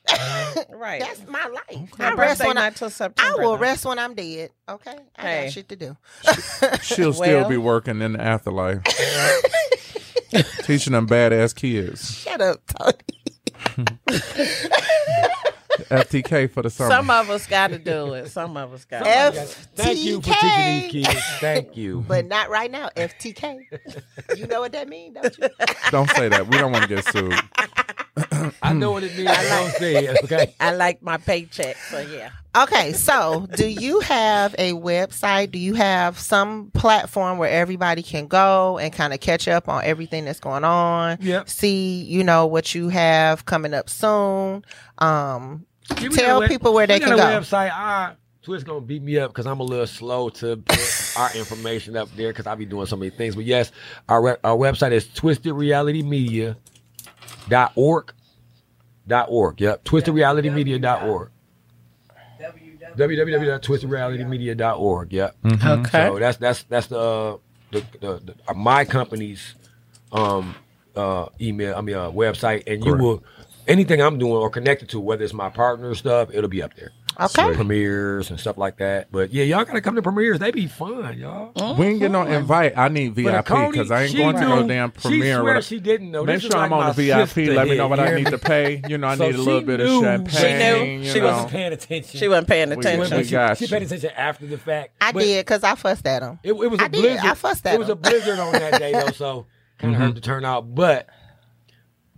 Speaker 4: right.
Speaker 1: That's my life.
Speaker 4: my
Speaker 1: I rest
Speaker 4: birthday
Speaker 1: when
Speaker 4: not
Speaker 1: I.
Speaker 4: until
Speaker 1: I
Speaker 4: September.
Speaker 1: will
Speaker 4: though.
Speaker 1: rest when I'm dead. Okay, I
Speaker 4: Hey.
Speaker 1: got shit to do.
Speaker 3: She'll still
Speaker 4: Well.
Speaker 3: be working in the afterlife, teaching them badass kids.
Speaker 1: Shut up, Tony.
Speaker 3: FTK for the summer.
Speaker 4: Some of us got to do it. Some of us got to.
Speaker 1: F-
Speaker 2: Thank you for teaching these kids. Thank you.
Speaker 1: But not right now. FTK. you know what that means, don't you?
Speaker 3: Don't say that. We don't want to get sued.
Speaker 2: I know what it means. I don't say it. Okay.
Speaker 4: I like my paycheck, so yeah.
Speaker 1: Okay, so do you have a website? Do you have some platform where everybody can go and kind of catch up on everything that's going on?
Speaker 2: Yep.
Speaker 1: See, you know, what you have coming up soon. Um,
Speaker 2: Yeah, we
Speaker 1: Tell
Speaker 2: got a
Speaker 1: people where they
Speaker 2: we
Speaker 1: can
Speaker 2: got a
Speaker 1: go.
Speaker 2: Website. I, Twitch gonna beat me up because I'm a little slow to put our information up there because I be doing so many things. But yes, our we- our website is twistedrealitymedia.org. Dot org. Yep. Twistedrealitymedia.org. www.twistedrealitymedia.org. Yep.
Speaker 3: Mm-hmm.
Speaker 4: Okay.
Speaker 2: So that's that's that's the uh, the, the, the uh, my company's um uh email. I mean uh, website, and you
Speaker 3: Correct.
Speaker 2: will anything I'm doing or connected to, whether it's my partner stuff, it'll be up there.
Speaker 1: okay.
Speaker 2: Premieres and stuff like that. But yeah, y'all gotta come to premieres. They be fun, y'all.
Speaker 3: We ain't getting no invite. I need VIP because I ain't going to no damn premiere.
Speaker 2: She
Speaker 3: with a-
Speaker 2: swear she didn't know.
Speaker 3: Make
Speaker 2: This is
Speaker 3: sure I'm
Speaker 2: like
Speaker 3: on
Speaker 2: my
Speaker 3: the VIP.
Speaker 2: sister
Speaker 3: Let me
Speaker 2: here,
Speaker 3: know what
Speaker 2: you
Speaker 3: I
Speaker 2: hear
Speaker 3: need
Speaker 2: me?
Speaker 3: to pay. You know, I
Speaker 2: So
Speaker 3: need a
Speaker 2: she
Speaker 3: little bit of
Speaker 2: knew.
Speaker 3: champagne.
Speaker 4: She
Speaker 3: you
Speaker 2: She
Speaker 3: know.
Speaker 2: wasn't paying attention.
Speaker 4: She wasn't paying attention.
Speaker 2: She, she,
Speaker 3: got
Speaker 2: she
Speaker 3: you.
Speaker 2: paid attention after the fact.
Speaker 1: I
Speaker 2: But-
Speaker 1: did because I fussed at him.
Speaker 2: It, it was a
Speaker 1: I did.
Speaker 2: blizzard.
Speaker 1: I fussed at
Speaker 2: It was a
Speaker 1: him.
Speaker 2: blizzard on that day though, so kind
Speaker 3: Mm-hmm.
Speaker 2: of hard to turn out. But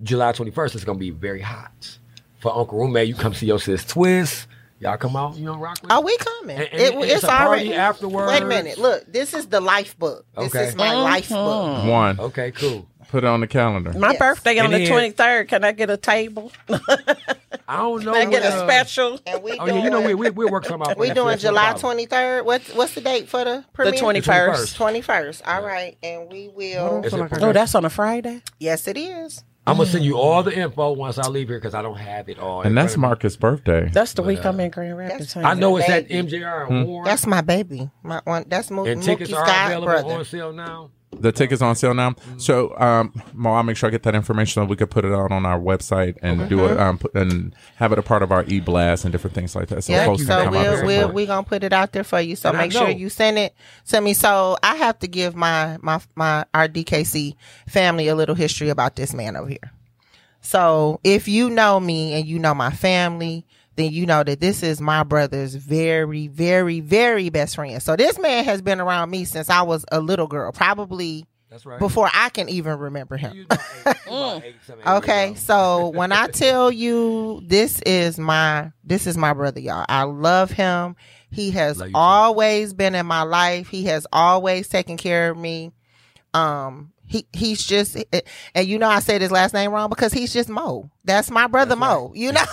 Speaker 2: July twenty first is gonna be very hot for Uncle Roommate. You come see your sis Twist. Y'all come out. You know, rock with.
Speaker 1: Are Oh, we coming?
Speaker 2: And- and
Speaker 1: It-
Speaker 2: it's
Speaker 1: it's
Speaker 2: a party
Speaker 1: already
Speaker 2: afterwards.
Speaker 1: Wait a minute. Look, this is the life book. This
Speaker 2: Okay.
Speaker 1: is my life book.
Speaker 3: One.
Speaker 2: Okay, cool.
Speaker 3: Put it on the calendar.
Speaker 4: My
Speaker 1: Yes.
Speaker 4: birthday on
Speaker 2: And
Speaker 4: the
Speaker 2: then-
Speaker 4: twenty third. Can I get a table?
Speaker 2: I don't know.
Speaker 4: Can I get a
Speaker 2: uh,
Speaker 4: special?
Speaker 1: And we
Speaker 2: Oh
Speaker 1: doing,
Speaker 2: yeah, you know we we we work something out. for
Speaker 1: we
Speaker 2: that,
Speaker 1: doing
Speaker 2: so that's no
Speaker 1: July
Speaker 2: problem.
Speaker 1: twenty third. What what's the date for the
Speaker 4: The
Speaker 1: premiere?
Speaker 4: twenty first.
Speaker 2: 21st.
Speaker 1: Twenty first. All right, and we will.
Speaker 2: Is it-
Speaker 4: Oh, that's on a Friday.
Speaker 1: Yes, it is.
Speaker 2: I'm gonna send you all the info once I leave here because I don't have it all. in
Speaker 3: And that's
Speaker 2: front of
Speaker 3: Marcus' birthday.
Speaker 4: That's the week I'm in Grand Rapids.
Speaker 2: me. I know it's at
Speaker 1: Baby.
Speaker 3: Hmm.
Speaker 2: MJR and Warren.
Speaker 1: That's my baby. My one. That's Mo-
Speaker 2: and
Speaker 1: Mookie's
Speaker 2: tickets are
Speaker 1: god
Speaker 2: available
Speaker 1: brother.
Speaker 2: on sale now.
Speaker 3: The ticket's on sale now. So, um, Mo, I'll make sure I get that information so we could put it out on our website and do it um, put, and have it a part of our e blast and different things like that. So,
Speaker 1: Yeah,
Speaker 3: folks can
Speaker 1: so
Speaker 3: come out and
Speaker 1: we'll we'll
Speaker 3: support.
Speaker 1: we gonna put it out there for you. So
Speaker 2: And I
Speaker 1: make sure
Speaker 2: know-
Speaker 1: you send it to me. So I have to give my my my our DKC family a little history about this man over here. So if you know me and you know my family, then you know that this is my brother's very, very, very best friend. So this man has been around me since I was a little girl, probably
Speaker 2: That's right.
Speaker 1: before I can even remember him.
Speaker 2: You about eight- you about eight, seven, eight years
Speaker 1: Mm. Okay,
Speaker 2: old.
Speaker 1: so when I tell you this is my this is my brother, y'all. I love him. He has
Speaker 2: Love you too.
Speaker 1: always been in my life. He has always taken care of me. Um, he he's just, and you know I said his last name wrong because he's just Mo. That's my brother Mo. You know.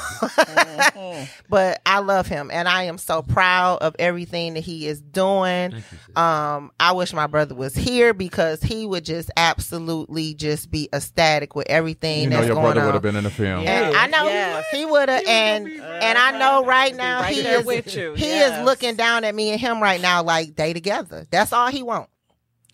Speaker 1: but I love him, and I am so proud of everything that he is doing. Um, I wish my brother was here because he would just absolutely just be ecstatic with everything
Speaker 3: You know,
Speaker 1: that's
Speaker 3: your
Speaker 1: going
Speaker 3: brother
Speaker 1: on.
Speaker 3: would have been in the film.
Speaker 1: And
Speaker 4: Yeah.
Speaker 1: I know he
Speaker 4: Yes.
Speaker 1: would- he would have, and and I know right now
Speaker 4: right
Speaker 1: he
Speaker 4: there
Speaker 1: is
Speaker 4: with you.
Speaker 1: he
Speaker 4: Yes.
Speaker 1: is looking down at me and him right now like they together. That's all he want.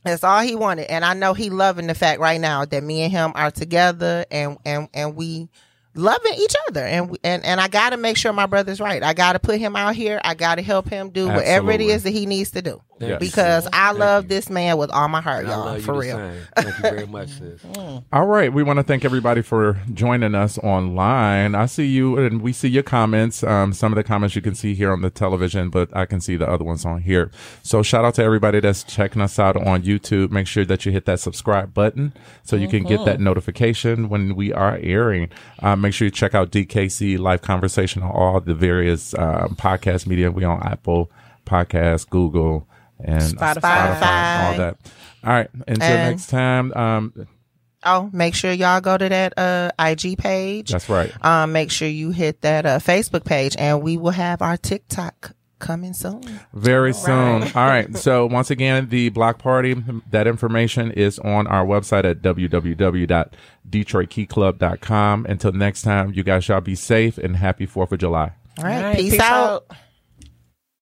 Speaker 1: That's all he wanted, and I know he loving the fact right now that me and him are together and and and we loving each other and we- and and I got to make sure my brother's right. I got to put him out here. I got to help him do whatever it
Speaker 3: Absolutely.
Speaker 1: is that he needs to do
Speaker 2: Thank you,
Speaker 1: because
Speaker 2: sis.
Speaker 1: I
Speaker 2: Thank
Speaker 1: love
Speaker 2: you.
Speaker 1: this man with all my heart,
Speaker 2: And I love
Speaker 1: y'all.
Speaker 2: you
Speaker 1: For
Speaker 2: the
Speaker 1: real.
Speaker 2: same. Thank you very much, sis.
Speaker 3: All right, we want to thank everybody for joining us online. I see you, and we see your comments. Um, some of the comments you can see here on the television, but I can see the other ones on here. So shout out to everybody that's checking us out on YouTube. Make sure that you hit that subscribe button so you can get that notification when we are airing. Uh, make sure you check out DKC Live Conversation on all the various um, podcast media. We on Apple Podcasts, Google, and Spotify, all that. All right, until
Speaker 1: And-
Speaker 3: next time. Um,
Speaker 1: Oh, make sure y'all go to that uh, IG page.
Speaker 3: That's right.
Speaker 1: Um, make sure you hit that uh, Facebook page, and we will have our TikTok coming soon.
Speaker 3: Very soon. All right. So once again, the block party, that information is on our website at www.detroitkeyclub.com. Until next time, you guys shall be safe and happy 4th of July.
Speaker 1: All right,
Speaker 4: All right,
Speaker 1: peace,
Speaker 4: peace
Speaker 1: out.
Speaker 4: out.